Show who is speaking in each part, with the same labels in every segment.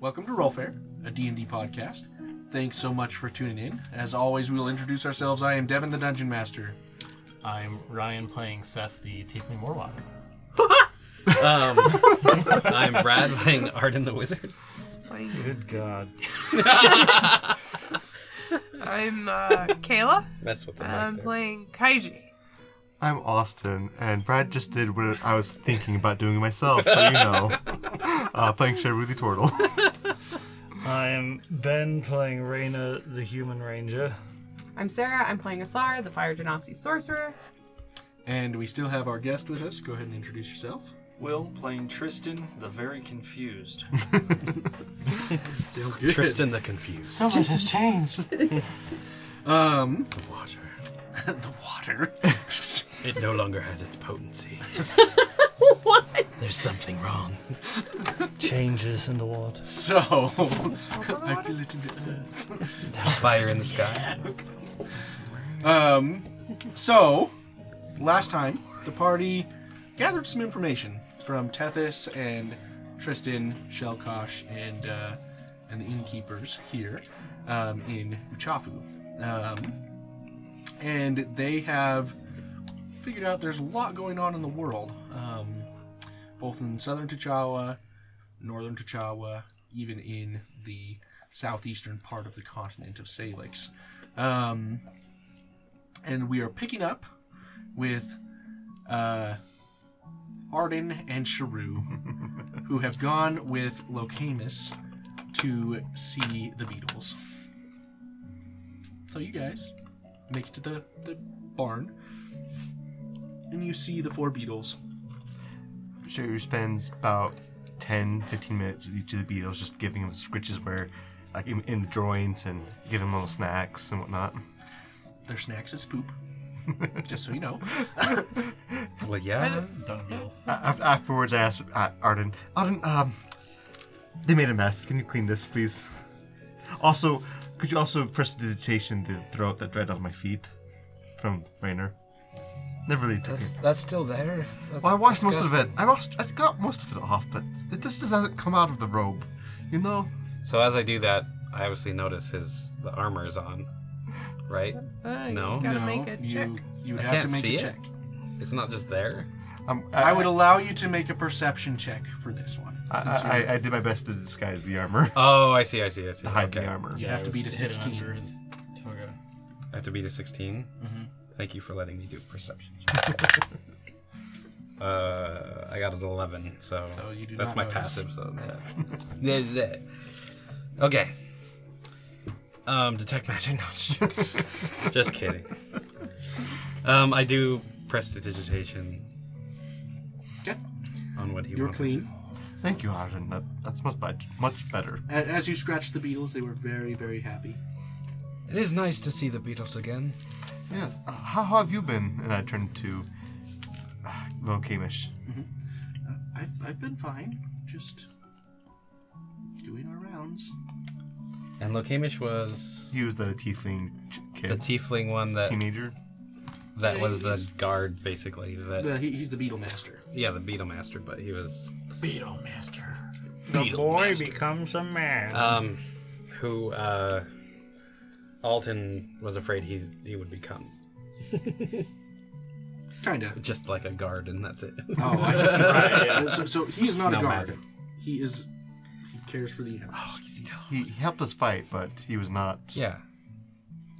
Speaker 1: Welcome to Rollfair, a D&D podcast. Thanks so much for tuning in. As always, we will introduce ourselves. I am Devin the Dungeon Master.
Speaker 2: I'm Ryan playing Seth the Tiefling Warlock.
Speaker 3: Um, I'm Brad playing Arden the Wizard.
Speaker 4: Good God.
Speaker 5: I'm uh, Kayla.
Speaker 3: Mess with the
Speaker 5: and
Speaker 3: mic
Speaker 5: I'm
Speaker 3: there.
Speaker 5: playing Kaiji.
Speaker 4: I'm Austin, and Brad just did what I was thinking about doing myself, so you know. Uh, playing Sherwoody Turtle.
Speaker 6: I'm Ben playing Reyna the Human Ranger.
Speaker 7: I'm Sarah. I'm playing Aslar, the Fire Genasi Sorcerer.
Speaker 1: And we still have our guest with us. Go ahead and introduce yourself.
Speaker 2: Will playing Tristan the Very Confused.
Speaker 1: Sounds good.
Speaker 3: Tristan the Confused.
Speaker 2: So much has changed.
Speaker 1: Um,
Speaker 3: Water.
Speaker 1: the water.
Speaker 3: It no longer has its potency.
Speaker 7: What?
Speaker 3: There's something wrong.
Speaker 6: Changes in the water.
Speaker 1: So, I feel it in the earth.
Speaker 3: Fire in the sky.
Speaker 1: Um, so, last time, the party gathered some information from Tethys and Tristan, Shelkosh, and uh, and the innkeepers here um, in Uchafu. Um, and they have figured out there's a lot going on in the world, um, both in southern T'Chawa, northern T'Chawa, even in the southeastern part of the continent of Salix. Um, and we are picking up with uh, Arden and Sharu, who have gone with Locamus to see the Beatles. So you guys make it to the, the barn, and you see the four Beatles.
Speaker 4: Sherwood spends about 10, 15 minutes with each of the Beatles, just giving them scritches where, like, in, in the drawings and giving them little snacks and whatnot.
Speaker 1: Their snacks is poop, just so you know.
Speaker 3: Well, yeah.
Speaker 2: Dungeons.
Speaker 4: A- af- afterwards, I asked uh, Arden, Arden, um, they made a mess. Can you clean this, please? Also, could you also press the digitation to throw out that dread off my feet? From Rainer. Never really took it.
Speaker 3: that's still there. That's
Speaker 4: Well, I washed most of it. I washed, I got most of it off, but it just doesn't come out of the robe. You know?
Speaker 3: So as I do that, I obviously notice his the armor is on. Right?
Speaker 5: Uh,
Speaker 3: No.
Speaker 5: You gotta
Speaker 1: no,
Speaker 5: make a
Speaker 1: you,
Speaker 5: check.
Speaker 1: you would
Speaker 3: I
Speaker 1: have to
Speaker 3: can't
Speaker 1: make
Speaker 3: see
Speaker 1: a
Speaker 3: it.
Speaker 1: check.
Speaker 3: It's not just there.
Speaker 4: Um,
Speaker 1: I would allow you to make a perception check for this one.
Speaker 4: I,
Speaker 1: since
Speaker 4: I,
Speaker 1: you're-
Speaker 4: I, I did my best to disguise the armor,
Speaker 3: Oh, I see. I see. I see.
Speaker 4: to hide
Speaker 3: okay.
Speaker 4: the armor.
Speaker 1: you have to beat a
Speaker 2: Hidden
Speaker 1: 16.
Speaker 2: under his toga.
Speaker 3: I have to beat a 16.
Speaker 1: Mm-hmm.
Speaker 3: Thank you for letting me do perception. uh, I got an 11, so,
Speaker 1: So Oh, you do
Speaker 3: that's
Speaker 1: not
Speaker 3: my
Speaker 1: notice.
Speaker 3: passive. So that. Yeah, that. okay. Um, detect magic. No, just joking. just kidding. Um, I do press digitation
Speaker 1: Okay.
Speaker 3: on what he
Speaker 1: You're
Speaker 3: wanted.
Speaker 1: clean.
Speaker 4: Thank you, Arden. That, that's much, bet- much better.
Speaker 1: A- As you scratched the Beatles, they were very, very happy.
Speaker 3: It is nice to see the Beatles again.
Speaker 4: Yes. Uh, how, how have you been? And I turned to uh, Lokamish.
Speaker 1: I've, I've been fine, just doing our rounds.
Speaker 3: And Lokamish was
Speaker 4: He was the tiefling ch- kid,
Speaker 3: the tiefling one that
Speaker 4: teenager.
Speaker 3: that was the
Speaker 1: he's-
Speaker 3: guard basically that
Speaker 1: The, he, he's the Beatle Master.
Speaker 3: yeah the Beetle Master, but he was
Speaker 1: Beatle Master.
Speaker 6: The boy becomes a man.
Speaker 3: um, who uh, Alton was afraid he he would become
Speaker 1: Kinda.
Speaker 3: just like a guard, and that's it.
Speaker 1: Oh, I see.
Speaker 6: Right, yeah.
Speaker 1: so, so he is not a
Speaker 3: No
Speaker 1: guard.
Speaker 3: magic.
Speaker 1: He is. He cares for the animals.
Speaker 4: He, he helped us fight, but he was not
Speaker 3: yeah,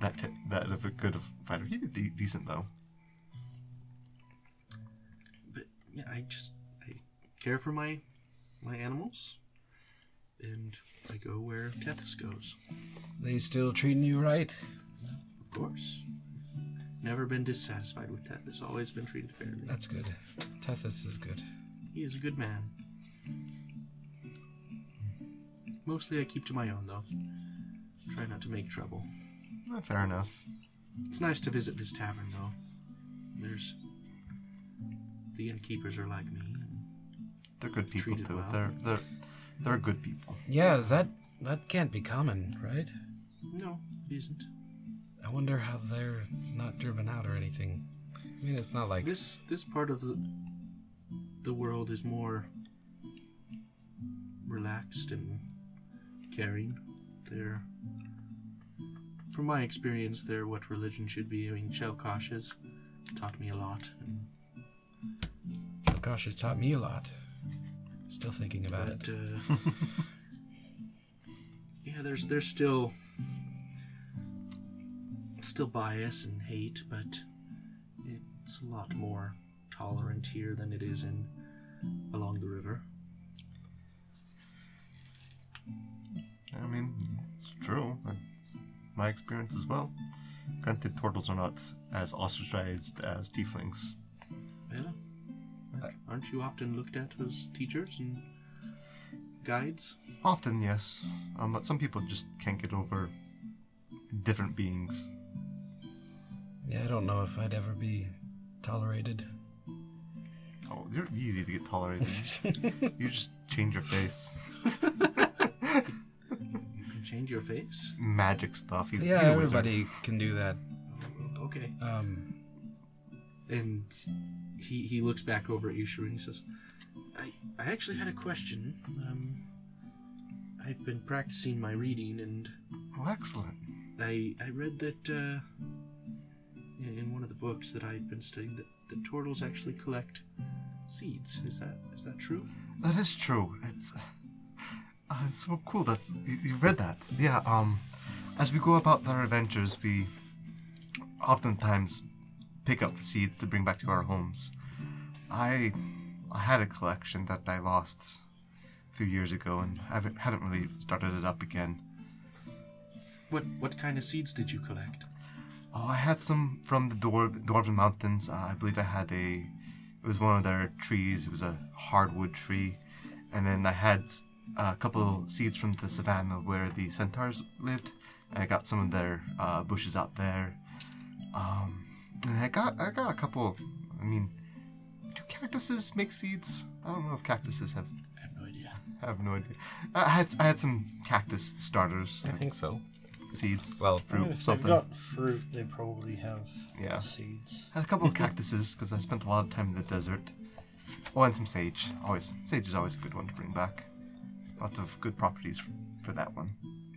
Speaker 4: that t- that of a good of fighter. He did de- decent though.
Speaker 1: But yeah, I just I care for my my animals, and I go where Tethys goes.
Speaker 3: they still treating you right.
Speaker 1: Of course. Never been dissatisfied with Tethys. Always been treated fairly.
Speaker 3: That's good. Tethys is good.
Speaker 1: He is a good man. Mostly I keep to my own, though. Try not to make trouble.
Speaker 4: Eh, fair enough.
Speaker 1: It's nice to visit this tavern, though. There's. The innkeepers are like me.
Speaker 4: They're good people
Speaker 1: Treated
Speaker 4: too.
Speaker 1: well.
Speaker 4: They're they're they're good people.
Speaker 3: Yeah, is that that can't be common, right?
Speaker 1: No, it isn't.
Speaker 3: I wonder how they're not driven out or anything. I mean, it's not like
Speaker 1: This this part of the, the world is more relaxed and caring. They're, from my experience, they're what religion should be. I mean, Shelkosh has taught me a lot.
Speaker 3: Gosh, it's taught me a lot. Still thinking about
Speaker 1: But
Speaker 3: it.
Speaker 1: uh, yeah, there's there's still still bias and hate, but it's a lot more tolerant here than it is in along the river.
Speaker 4: I mean, it's true. That's my experience as well. Granted, turtles are not as ostracized as tieflings.
Speaker 1: Well, aren't you often looked at as teachers and guides?
Speaker 4: Often, yes. Um, but some people just can't get over different beings.
Speaker 3: Yeah, I don't know if I'd ever be tolerated.
Speaker 4: Oh, you're easy to get tolerated. You just, you just change your face.
Speaker 1: You can change your face.
Speaker 4: Magic stuff. He's,
Speaker 3: Yeah,
Speaker 4: he's a wizard.
Speaker 3: everybody can do that.
Speaker 1: Okay.
Speaker 3: Um,
Speaker 1: And he he looks back over at Yushu and he says, I, I actually had a question. Um, I've been practicing my reading and
Speaker 4: Oh, excellent.
Speaker 1: I, I read that uh, in in one of the books that I've been studying that, that turtles actually collect seeds. Is that is that true?
Speaker 4: That is true. It's, uh, it's so cool that you, you read that. Yeah. Um, as we go about our adventures, we oftentimes pick up seeds to bring back to our homes. I, I had a collection that I lost a few years ago, and I haven't, haven't really started it up again.
Speaker 1: What what kind of seeds did you collect?
Speaker 4: Oh, I had some from the Dwarv, Dwarven Mountains. Uh, I believe I had a. It was one of their trees. It was a hardwood tree, and then I had s- a couple seeds from the savannah where the centaurs lived. And I got some of their uh, bushes out there. Um, and I got I got a couple. I mean, do cactuses make seeds? I don't know if cactuses have.
Speaker 1: I have no idea.
Speaker 4: I have no idea. I had I had some cactus starters,
Speaker 8: I think so.
Speaker 4: seeds,
Speaker 8: Well,
Speaker 6: I mean,
Speaker 4: fruit,
Speaker 6: if
Speaker 4: something.
Speaker 6: they've got fruit, they probably have
Speaker 4: Yeah.
Speaker 6: seeds.
Speaker 4: Had a couple of cactuses because I spent a lot of time in the desert. Oh, and some sage. Always sage is always a good one to bring back. Lots of good properties f- for that one.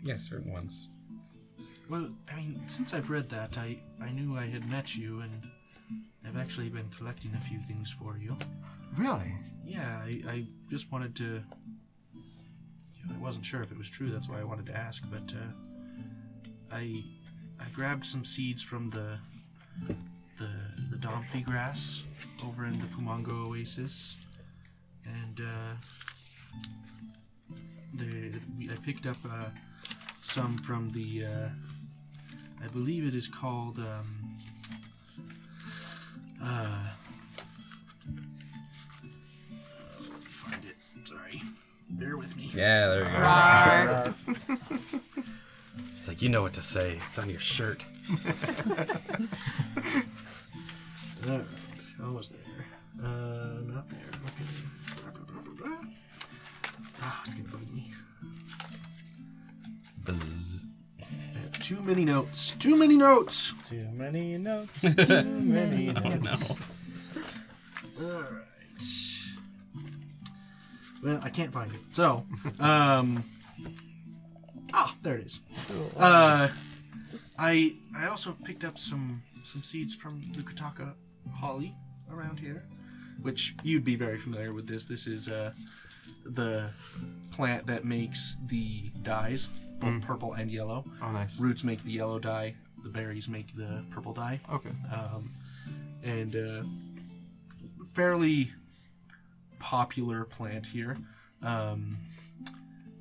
Speaker 3: yeah, certain ones.
Speaker 1: Well, I mean, since I've read that, I I knew I had met you, and I've actually been collecting a few things for you.
Speaker 4: Really?
Speaker 1: Yeah, I, I just wanted to. you know, I wasn't sure if it was true. That's why I wanted to ask. But uh, I I grabbed some seeds from the the the Domfi grass over in the Pumongo Oasis, and uh, the we- I picked up uh, some from the uh, I believe it is called. Um, uh, find it. Sorry. Bear with me.
Speaker 3: Yeah, there you go.
Speaker 7: Rawr.
Speaker 3: It's like you know what to say. It's on your shirt.
Speaker 1: Alright, almost there. Uh, not there. Okay. Blah, blah, blah, blah, blah. Ah, it's gonna bug me.
Speaker 8: Buzz.
Speaker 1: I have too many notes. Too many notes!
Speaker 6: Too many notes. Too many notes.
Speaker 1: Alright. Well, I can't find it. So, um. Ah, there it is.
Speaker 6: Oh,
Speaker 1: Uh, I I also picked up some some seeds from Lukataka holly around here, which you'd be very familiar with. This this is uh the plant that makes the dyes, both purple and yellow.
Speaker 4: Mm. Oh, nice.
Speaker 1: Roots make the yellow dye. The berries make the purple dye
Speaker 4: Okay.
Speaker 1: and uh, fairly popular plant here um,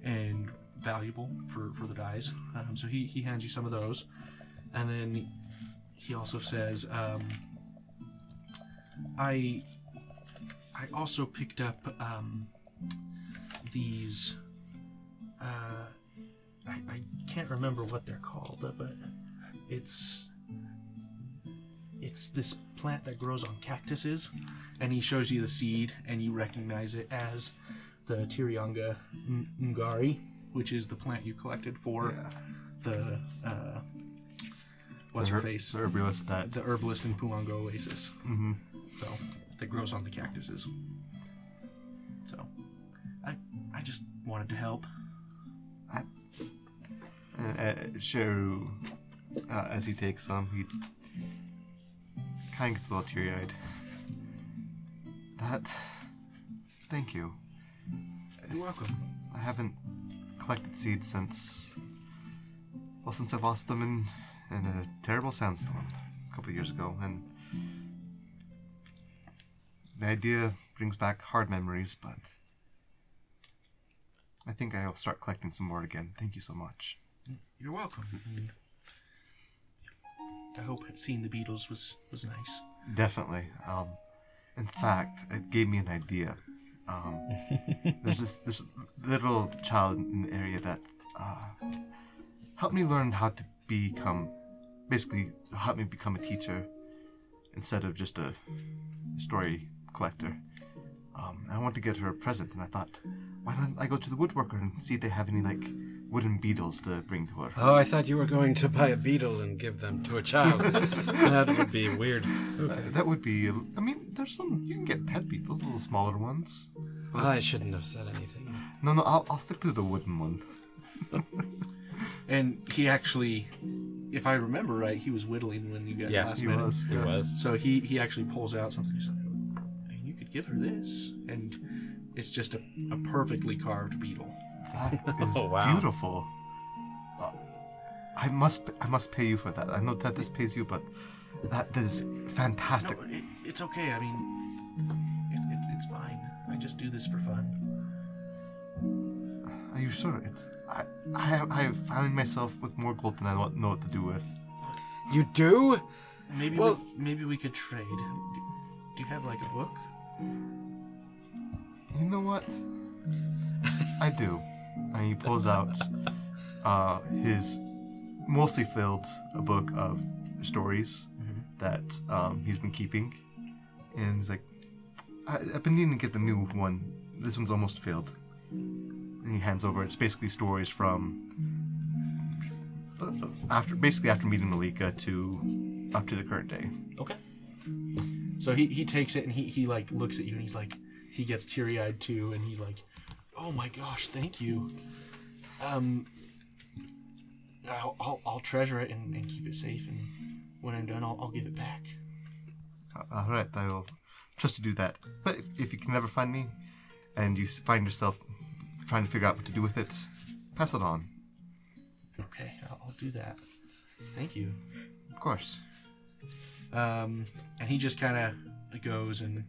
Speaker 1: and valuable for, for the dyes. Um, so he, he hands you some of those. And then he also says, um, I, I also picked up um, these. Uh, I, I can't remember what they're called, uh, but it's it's this plant that grows on cactuses, and he shows you the seed, and you recognize it as the Tirianga m- mngari, which is the plant you collected for the uh, what's her face,
Speaker 4: I realized that.
Speaker 1: the herbalist in Puango Oasis. Mm-hmm. So that grows on the cactuses. So I I just wanted to help.
Speaker 4: I, Uh, Sheru, uh, as he takes some, he kind of gets a little teary eyed. That. Thank you.
Speaker 1: You're welcome.
Speaker 4: I haven't collected seeds since. Well, since I lost them in, in a terrible sandstorm a couple years ago, and the idea brings back hard memories, but I think I'll start collecting some more again. Thank you so much.
Speaker 1: You're welcome. And I hope seeing the Beatles was was nice.
Speaker 4: Definitely. Um, in fact, it gave me an idea. Um, there's this this little child in the area that uh, helped me learn how to become, basically helped me become a teacher instead of just a story collector. Um, I wanted to get her a present, and I thought, why don't I go to the woodworker and see if they have any like wooden beetles to bring to her?
Speaker 3: Oh, I thought you were going to buy a beetle and give them to a child. that would be weird. Okay.
Speaker 4: That would be. I mean, there's some you can get pet beetles, little smaller ones.
Speaker 3: I shouldn't have said anything.
Speaker 4: No, no, I'll, I'll stick to the wooden one.
Speaker 1: And he actually, if I remember right, he was whittling when you guys
Speaker 3: Yeah,
Speaker 1: last
Speaker 4: He
Speaker 1: met. him.
Speaker 4: was. yeah.
Speaker 1: So he he actually pulls out something. He's like, "Hey, "You could give her this," and it's just a, a perfectly carved beetle.
Speaker 4: That is
Speaker 3: Oh, wow.
Speaker 4: beautiful. Uh, I must, I must pay you for that. I know that this pays you, but that, that is
Speaker 1: No,
Speaker 4: fantastic.
Speaker 1: it, it's okay. I mean, it, it, it's fine. I just do this for fun.
Speaker 4: Are you sure? It's I, I, I have found myself with more gold than I wa- know what to do with.
Speaker 3: You do?
Speaker 1: Maybe
Speaker 3: Well-
Speaker 1: we, maybe we could trade. Do, do you have like a book?
Speaker 4: You know what? I do. And he pulls out uh, his mostly filled a book of stories that um, he's been keeping, and he's like, I, "I've been needing to get the new one. This one's almost filled." And he hands over. It's basically stories from uh, after, basically after meeting Malika to up to the current day.
Speaker 1: Okay. So he, he takes it and he, he like looks at you and he's like he gets teary eyed too and he's like, oh my gosh, thank you. Um, I'll I'll, I'll treasure it and, and keep it safe and when I'm done I'll, I'll give it back.
Speaker 4: All right, I will trust to do that. But if, if you can never find me, and you s- find yourself trying to figure out what to do with it, pass it on.
Speaker 1: Okay, I'll, I'll do that. Thank you.
Speaker 4: Of course.
Speaker 1: Um, and he just kind of goes and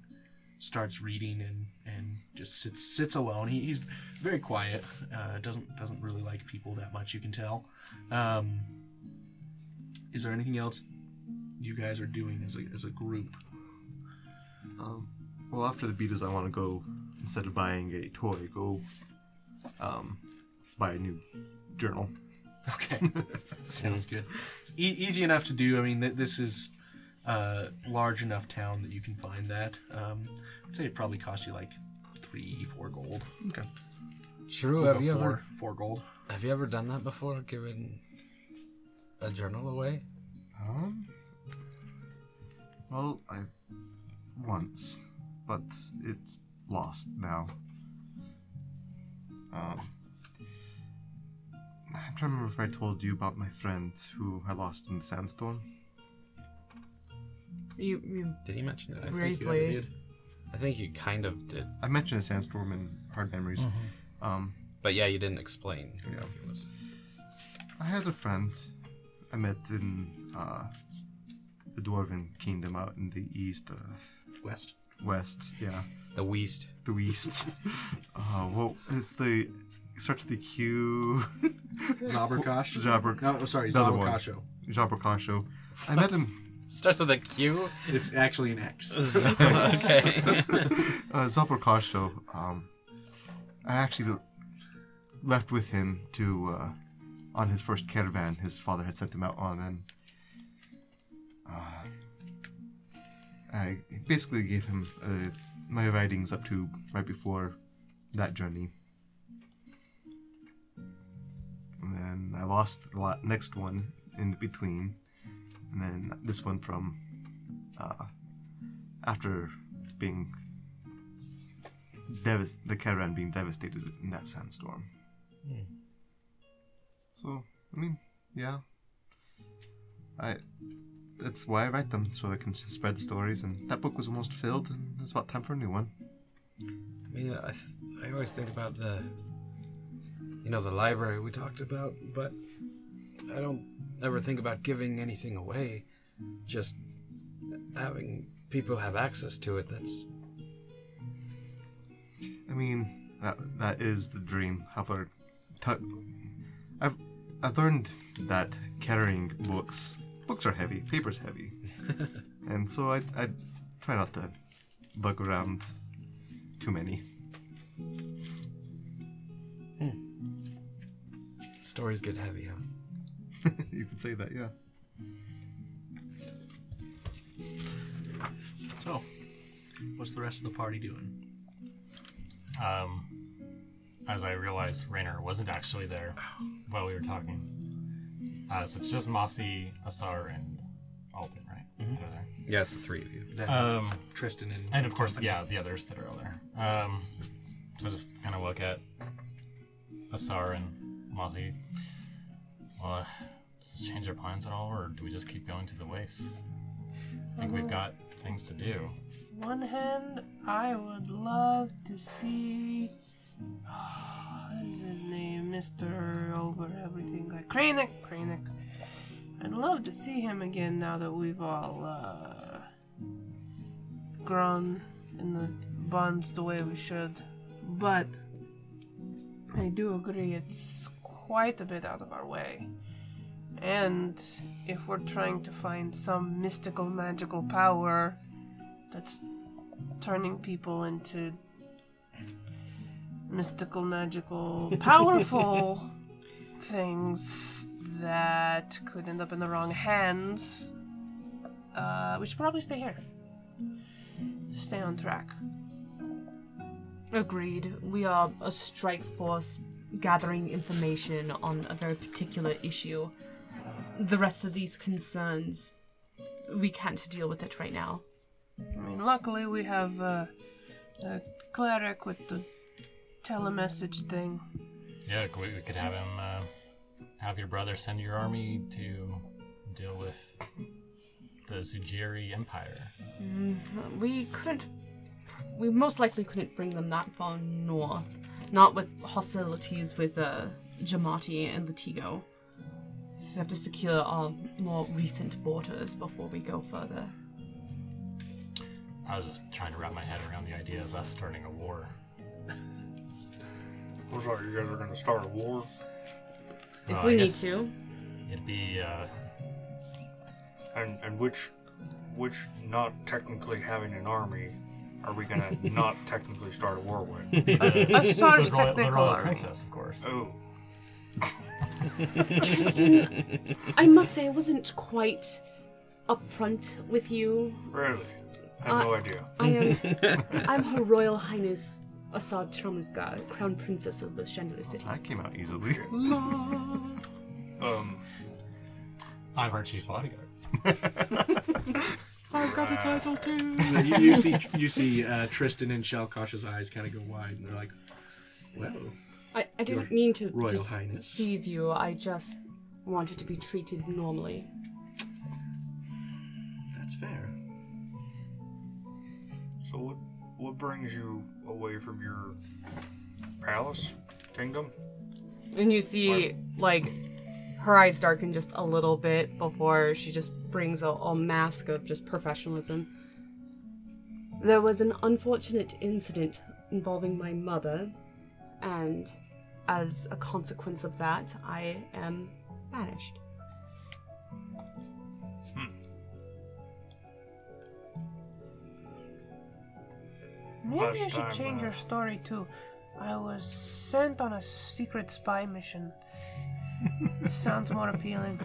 Speaker 1: starts reading and, and just sits sits alone. He, he's very quiet. Uh, doesn't doesn't really like people that much. You can tell. Um, is there anything else you guys are doing as a, as a group?
Speaker 4: Um, well, after the beaters, I want to go instead of buying a toy, go um, buy a new journal.
Speaker 1: Okay, sounds good. It's e- easy enough to do. I mean, th- this is a large enough town that you can find that. Um, I'd say it probably cost you like three, four gold.
Speaker 4: Okay.
Speaker 3: Shrew,
Speaker 1: We'll
Speaker 3: have
Speaker 1: go
Speaker 3: you
Speaker 1: four,
Speaker 3: ever
Speaker 1: four gold?
Speaker 3: have you ever done that before? Given a journal away?
Speaker 4: Um, well, I once, but it's lost now. Um, I'm trying to remember if I told you about my friend who I lost in the sandstorm.
Speaker 7: You, you
Speaker 3: Did he mention it? I,
Speaker 7: Right.
Speaker 3: think,
Speaker 1: You ever
Speaker 7: Briefly.
Speaker 1: did?
Speaker 3: I think you kind of did,
Speaker 4: I mentioned a sandstorm in Hard Memories. Um,
Speaker 3: but yeah, you didn't explain.
Speaker 4: Yeah.
Speaker 3: It was-
Speaker 4: I had a friend I met in uh, the Dwarven Kingdom out in the east, uh,
Speaker 1: West.
Speaker 4: west, yeah.
Speaker 3: The Weast.
Speaker 4: the East. Oh, well, it's the. It starts with the Q.
Speaker 1: Zaberkosh?
Speaker 4: Zabrak-
Speaker 1: No, sorry,
Speaker 4: Another one.
Speaker 1: Zaberkasho.
Speaker 4: Jabrakasho. I met him.
Speaker 3: Starts with a Q.
Speaker 1: It's actually an X.
Speaker 3: okay.
Speaker 4: Uh, Zabrakasho. Um, I actually left with him to. Uh, on his first caravan his father had sent him out on, and. Uh, I basically gave him uh, my writings up to right before that journey. and then I lost the la- next one in between, and then this one from uh, after being devas- the caravan being devastated in that sandstorm. So I mean, yeah. I. That's why I write them, so I can s- spread the stories. And that book was almost filled, and it's about time for a new one.
Speaker 3: I mean, I, th- I always think about the, you know, the library we talked about, but I don't ever think about giving anything away. Just having people have access to it. That's
Speaker 4: I mean, that that is the dream. However, i I've I've learned that carrying books books are heavy, paper's heavy, and so I I try not to lug around too many.
Speaker 3: stories get heavy, huh?
Speaker 4: you could say that, yeah.
Speaker 1: So, Oh. what's the rest of the party doing?
Speaker 2: Um, as I realized Rainer wasn't actually there while we were talking. Uh, so it's just Mossy, Asar, and Alton, right?
Speaker 1: Mm-hmm.
Speaker 2: That are there.
Speaker 3: Yeah, it's the three of you.
Speaker 2: Um,
Speaker 1: Tristan and
Speaker 2: and of course, yeah, the others that are out there. Um, so just kind of look at Asar and Mossy. Well, uh, does this change our plans at all, or do we just keep going to the waste? I think we've got things to do.
Speaker 5: One hand, I would love to see. ah, what is his name? Mr. Over Everything Guy. Kranich! Kranich. I'd love to see him again now that we've all uh, grown in the bonds the way we should. But I do agree it's quite a bit out of our way. And if we're trying to find some mystical magical power that's turning people into mystical, magical, powerful things that could end up in the wrong hands. Uh, we should probably stay here. Stay on track.
Speaker 8: Agreed. We are a strike force gathering information on a very particular issue. The rest of these concerns, we can't deal with it right now.
Speaker 5: I mean, luckily we have uh, the cleric with the telemessage thing.
Speaker 2: Yeah, c- we, we could have him uh, have your brother send your army to deal with the Sujiri Empire.
Speaker 8: We couldn't. We most likely couldn't bring them that far north. Not with hostilities with uh, Jamati and Latigo. We have to secure our more recent borders before we go further.
Speaker 2: Oh, I was just trying to wrap my head around the idea of us starting a war.
Speaker 9: Looks like you guys are gonna start a war.
Speaker 8: If
Speaker 2: Uh, I
Speaker 8: we need
Speaker 2: guess
Speaker 8: to,
Speaker 2: It'd be uh,
Speaker 9: And and which which not technically having an army are we gonna not technically start a war with?
Speaker 5: I'm sorry,
Speaker 2: the, royal, the
Speaker 5: technical
Speaker 2: royal
Speaker 5: already.
Speaker 2: princess, of course.
Speaker 9: Oh.
Speaker 8: Tristan, I must say I wasn't quite upfront with you.
Speaker 9: Really? I have
Speaker 8: Uh,
Speaker 9: no idea.
Speaker 8: I am I'm Her Royal Highness Asad Tramusga, Crown Princess of the Chandelier City.
Speaker 4: That came out easily.
Speaker 9: Um,
Speaker 2: I'm her chief bodyguard.
Speaker 1: And you, you see you see uh, Tristan and Shalkosh's eyes kind of go wide, and they're like, "Well,
Speaker 8: I, I didn't mean to
Speaker 1: Royal Highness.
Speaker 8: deceive you, I just wanted to be treated normally.
Speaker 1: that's fair."
Speaker 9: so what what brings you away from your palace kingdom?
Speaker 8: And you see like her eyes darken just a little bit before she just brings a, a mask of just professionalism. There was an unfortunate incident involving my mother, and as a consequence of that, I am banished.
Speaker 5: Maybe you
Speaker 9: Last
Speaker 5: should
Speaker 9: time,
Speaker 5: change
Speaker 9: uh,
Speaker 5: your story too. I was sent on a secret spy mission. It sounds more appealing.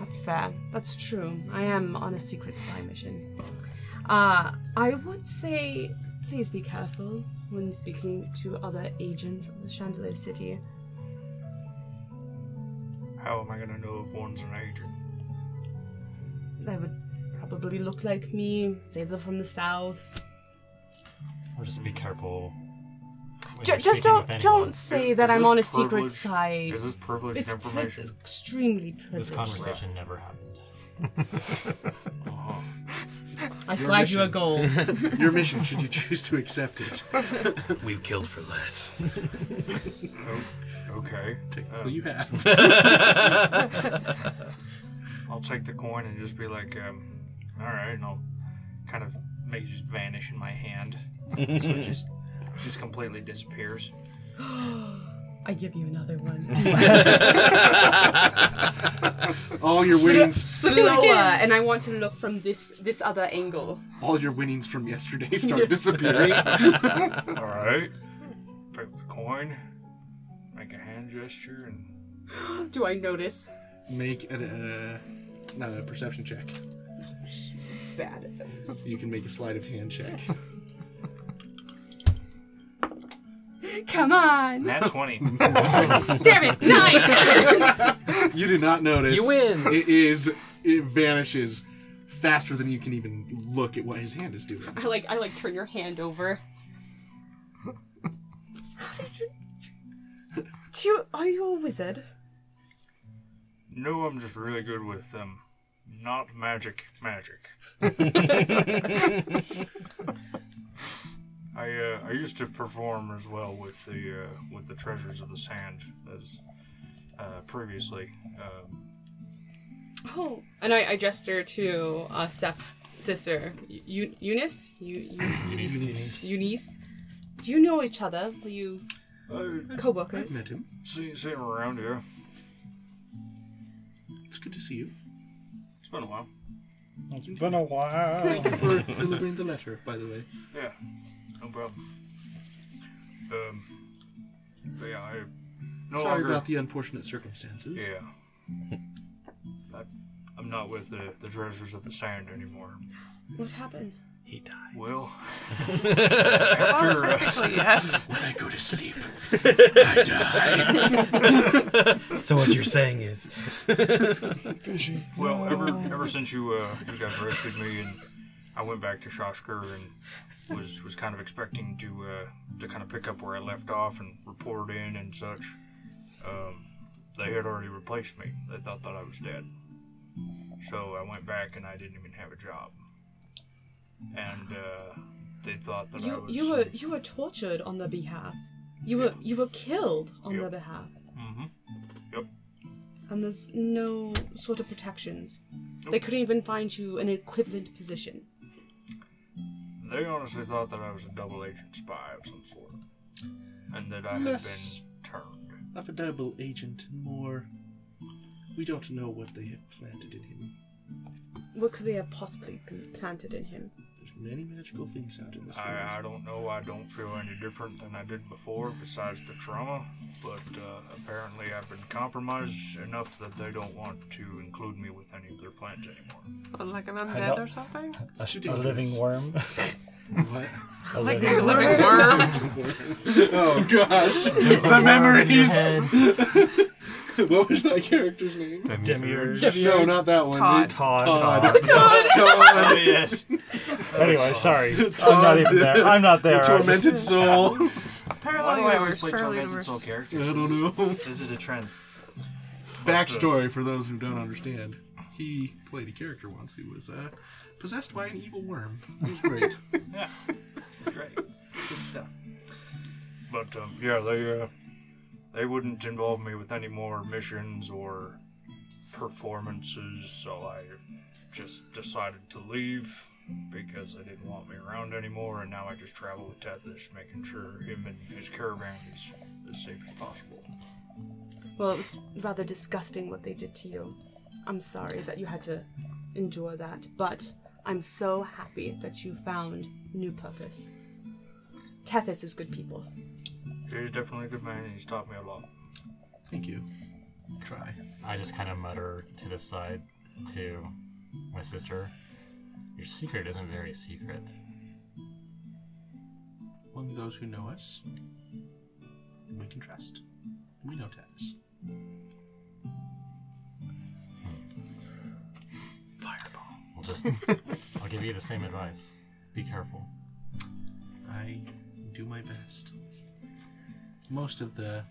Speaker 8: That's fair. That's true. I am on a secret spy mission. Uh, I would say please be careful when speaking to other agents of the Chandelier City.
Speaker 9: How am I gonna know if one's an agent?
Speaker 8: They would probably look like me, say they're from the south.
Speaker 2: Or just be careful when
Speaker 8: J-
Speaker 2: you're
Speaker 8: just
Speaker 2: speaking
Speaker 8: don't
Speaker 2: with anyone.
Speaker 8: don't say
Speaker 9: Is-
Speaker 8: that
Speaker 9: is
Speaker 8: I'm
Speaker 9: this
Speaker 8: on a secret
Speaker 9: privileged-
Speaker 8: site.
Speaker 9: Is this privileged
Speaker 8: It's pri-
Speaker 9: information?
Speaker 8: extremely
Speaker 2: This
Speaker 8: privileged.
Speaker 2: conversation never happened.
Speaker 8: I slide you a gold.
Speaker 1: Your mission, should you choose to accept it.
Speaker 3: We've killed for less.
Speaker 9: okay.
Speaker 1: Well, you have.
Speaker 9: I'll take the coin and just be like, um, all right, and I'll kind of make it just vanish in my hand. so it just, just completely disappears.
Speaker 8: I give you another one.
Speaker 1: All your winnings,
Speaker 8: Slower, and I want to look from this this other angle.
Speaker 1: all your winnings from yesterday start disappearing.
Speaker 9: All right. Pick up the coin, make a hand gesture, and
Speaker 8: Do I notice?
Speaker 1: Make a, uh, not a perception check.
Speaker 8: Bad at those.
Speaker 1: You can make a sleight of hand check.
Speaker 8: Come on!
Speaker 9: nat 20.
Speaker 8: Damn it! Nine.
Speaker 1: You do not notice.
Speaker 3: You win.
Speaker 1: It is. It vanishes faster than you can even look at what his hand is doing.
Speaker 8: I like I like turn your hand over. Do you are you a wizard?
Speaker 9: no, I'm just really good with um, not magic, magic. I uh, I used to perform as well with the uh, with the treasures of the sand as uh, previously. Um,
Speaker 8: Oh, and I, I gesture to uh, Seth's sister, Eu- Eunice. You, Eunice. Eunice. Do you know each other? Were you
Speaker 9: I
Speaker 8: co-workers?
Speaker 1: Met him.
Speaker 9: see, see him around here.
Speaker 1: It's good to see you.
Speaker 9: It's been a while.
Speaker 6: It's been a while.
Speaker 1: Thank you for delivering the letter, by the way.
Speaker 9: Yeah, no problem. Um, but yeah, I no
Speaker 1: Sorry
Speaker 9: longer.
Speaker 1: about the unfortunate circumstances.
Speaker 9: Yeah. I, I'm not with the, the treasures of the sand anymore.
Speaker 8: What happened?
Speaker 3: He died.
Speaker 9: Well, uh,
Speaker 5: Well, technically, yes.
Speaker 1: When I go to sleep, I die.
Speaker 3: So what you're saying is,
Speaker 1: Fishy.
Speaker 8: Oh.
Speaker 9: well, ever ever since you uh, you guys rescued me and I went back to Shoshker and was was kind of expecting to uh, to kind of pick up where I left off and report in and such. Um, they had already replaced me. They thought that I was dead. So I went back and I didn't even have a job. And uh, they thought that I
Speaker 8: You
Speaker 9: was
Speaker 8: you were you were tortured on their behalf. You were you were killed on
Speaker 9: Yep.
Speaker 8: their behalf.
Speaker 9: Mhm. Yep.
Speaker 8: And there's no sort of protections. They couldn't even find you an equivalent position.
Speaker 9: They honestly thought that I was a double agent spy of some sort, and that I
Speaker 1: Yes.
Speaker 9: had been turned.
Speaker 1: Of a double agent, more. We don't know what they have planted in him.
Speaker 8: What could they have possibly been planted in him?
Speaker 1: There's many magical things out in this world.
Speaker 9: I, I don't know. I don't feel any different than I did before, besides the trauma. But uh, apparently, I've been compromised enough that they don't want to include me with any of their plans anymore.
Speaker 5: Like an
Speaker 6: know.
Speaker 5: undead or something?
Speaker 6: A,
Speaker 1: Too
Speaker 6: a
Speaker 1: dangerous.
Speaker 6: living worm.
Speaker 1: What?
Speaker 6: A
Speaker 5: Like
Speaker 6: living
Speaker 5: a living worm.
Speaker 1: Oh gosh, the memories. what was that character's name?
Speaker 6: Demiurge.
Speaker 1: No, not that one.
Speaker 5: Todd.
Speaker 6: Todd.
Speaker 1: Todd. Todd.
Speaker 9: Oh,
Speaker 1: Todd.
Speaker 6: yes. Anyway, sorry. I'm not even there. I'm not there.
Speaker 1: The tormented soul.
Speaker 9: Why
Speaker 5: Parallel
Speaker 9: do I always
Speaker 5: universe.
Speaker 9: play
Speaker 5: Parallel
Speaker 9: tormented
Speaker 5: universe.
Speaker 9: soul characters?
Speaker 1: I don't know.
Speaker 9: This is a trend.
Speaker 1: Backstory for those who don't understand. He played a character once who was uh, possessed by an evil worm. It was great.
Speaker 9: Yeah, it's great. Good stuff. But um, yeah, they uh, they wouldn't involve me with any more missions or performances, so I just decided to leave because they didn't want me around anymore, and now I just travel with Tethys, making sure him and his caravan is as safe as possible.
Speaker 8: Well, it was rather disgusting what they did to you. I'm sorry that you had to endure that, but I'm so happy that you found new purpose. Tethys is good people.
Speaker 9: He's definitely a good man, and he's taught me a lot.
Speaker 1: Thank you. Try.
Speaker 2: I just kind of mutter to the side to my sister, "Your secret isn't very secret."
Speaker 1: Among those who know us, we can trust. We know Tethys.
Speaker 2: I'll just, I'll give you the same advice. Be careful.
Speaker 1: I do my best. most of the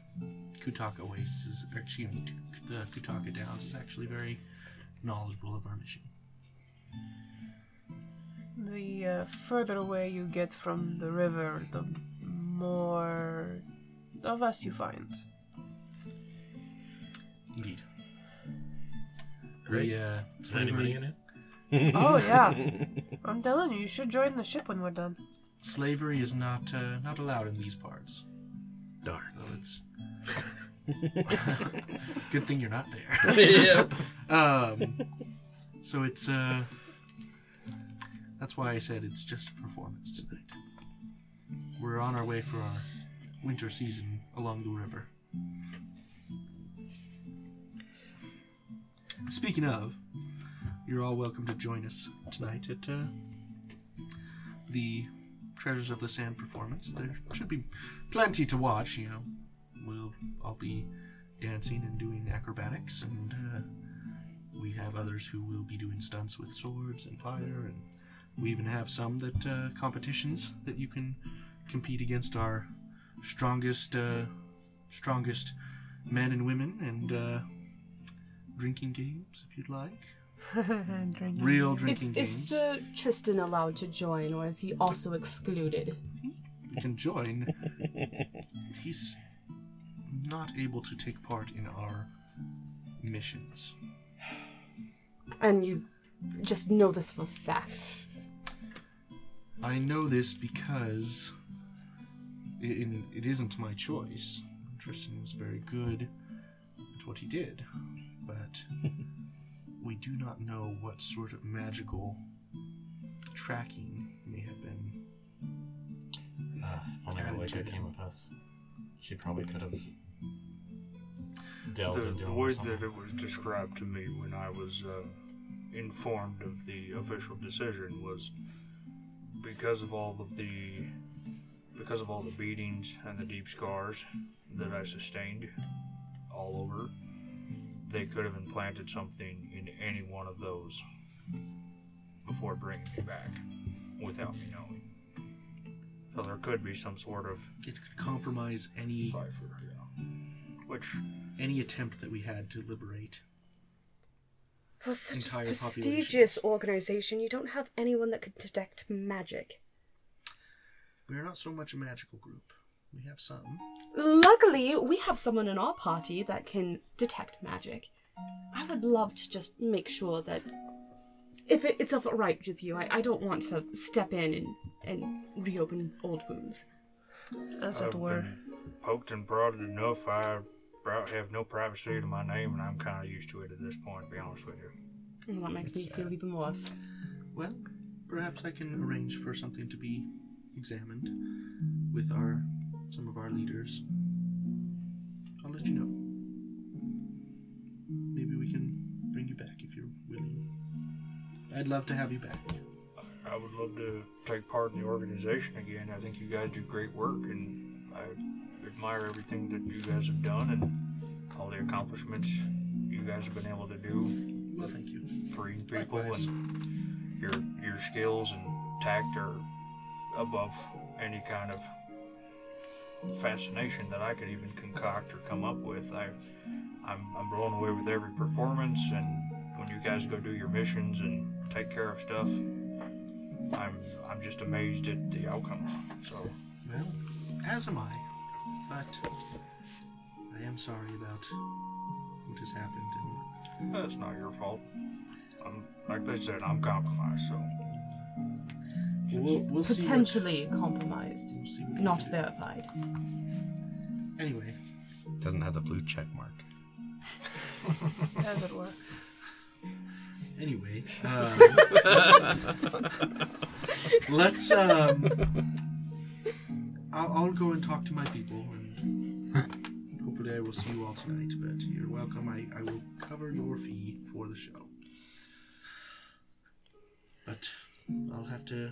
Speaker 1: Kutaka Wastes is, or excuse me, the Kutaka Downs is actually very knowledgeable of our mission.
Speaker 5: The uh, further away you get from the river, the more of us you find.
Speaker 1: Indeed.
Speaker 3: Great.
Speaker 1: We, uh,
Speaker 2: Is there any money in it?
Speaker 5: oh yeah, I'm telling you, you should join the ship when we're done.
Speaker 1: slavery is not uh, not allowed in these parts.
Speaker 3: Darn.
Speaker 1: So it's good thing you're not there.
Speaker 3: yeah.
Speaker 1: Um, so it's uh, that's why I said it's just a performance tonight. We're on our way for our winter season along the river. Speaking of, you're all welcome to join us tonight at uh, the Treasures of the Sand performance. There should be plenty to watch. You know, we'll I'll be dancing and doing acrobatics and. Uh, we have others who will be doing stunts with swords and fire, and we even have some that uh, competitions that you can compete against our strongest, uh, strongest men and women, and uh, drinking games if you'd like. Mm. Real
Speaker 8: Is,
Speaker 1: drinking games.
Speaker 8: is uh, Tristan allowed to join, or is he also excluded?
Speaker 1: You can join. He's not able to take part in our missions.
Speaker 8: And you just know this for fact.
Speaker 1: I know this because it, it- it isn't my choice. Tristan was very good at what he did, but we do not know what sort of magical tracking may have been.
Speaker 2: Uh, if only
Speaker 1: Added to
Speaker 2: Malika came with us. She probably could have delved
Speaker 9: The,
Speaker 2: into
Speaker 9: the
Speaker 2: it
Speaker 9: way
Speaker 2: or
Speaker 9: that
Speaker 2: something.
Speaker 9: it was described to me when I was uh, informed of the official decision was because of all of the because of all the beatings and the deep scars that I sustained all over, they could have implanted something in any one of those before bringing me back without me knowing. So there could be some sort of
Speaker 1: It could compromise any
Speaker 9: cipher, yeah. Which
Speaker 1: any attempt that we had to liberate.
Speaker 8: For such
Speaker 1: Entire
Speaker 8: a
Speaker 1: prestigious
Speaker 8: prestigious organization, you don't have anyone that could detect magic.
Speaker 1: We are not so much a magical group. We have some.
Speaker 8: Luckily, we have someone in our party that can detect magic. I would love to just make sure that if it, it's all right with you, I, I don't want to step in and, and reopen old wounds.
Speaker 5: As it
Speaker 9: I've
Speaker 5: were.
Speaker 9: been poked and prodded enough. I about have no privacy to my name, and I'm kind of used to it at this point. To be honest with you,
Speaker 8: And that makes
Speaker 1: uh,
Speaker 8: me feel even worse.
Speaker 1: Well, perhaps I can arrange for something to be examined with our some of our leaders. I'll let you know. Maybe we can bring you back if you're willing. I'd love to have you back.
Speaker 9: I would love to take part in the organization again. I think you guys do great work, and I admire everything that you guys have done and all the accomplishments you guys have been able to do,
Speaker 1: Well, thank you.
Speaker 9: freeing people,
Speaker 1: Likewise.
Speaker 9: and your your skills and tact are above any kind of fascination that I could even concoct or come up with. I, I'm, I'm blown away with every performance, and when you guys go do your missions and take care of stuff, I'm, I'm just amazed at the outcomes. So,
Speaker 1: Well, as am I. But I am sorry about what has happened and
Speaker 9: that's not your fault. I'm, like they said, I'm compromised, so.
Speaker 1: we'll, we'll see what-
Speaker 8: Potentially compromised,
Speaker 1: we'll see what we
Speaker 8: not
Speaker 1: can do.
Speaker 8: verified.
Speaker 1: Anyway,
Speaker 3: Doesn't have the blue check mark.
Speaker 5: As it were.
Speaker 1: Anyway, um, let's. Um, I'll, I'll go and talk to my people, and hopefully I will see you all tonight. But you're welcome. I, I will cover your fee for the show, but I'll have to.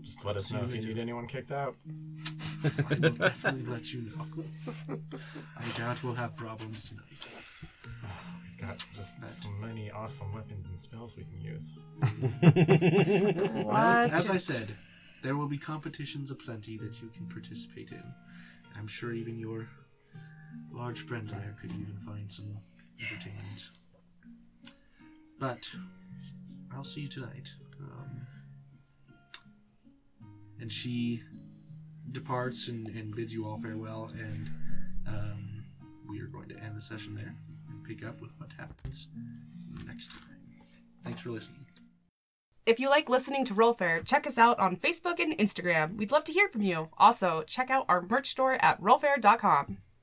Speaker 2: Just let us know if you need anyone kicked out.
Speaker 1: I will definitely let you know. I doubt we'll have problems tonight.
Speaker 2: We've got just so many awesome weapons and spells we can use.
Speaker 1: Well,
Speaker 5: Watch
Speaker 1: as I
Speaker 5: it.
Speaker 1: said, There will be competitions aplenty that you can participate in. I'm sure even your large friend there could even find some entertainment. But I'll see you tonight. Um, and she departs and, and bids you all farewell, and um, we are going to end the session there and pick up with what happens next time. Thanks for listening.
Speaker 8: If you like listening to Rollfair, check us out on Facebook and Instagram. We'd love to hear from you. Also, check out our merch store at rollfair.com.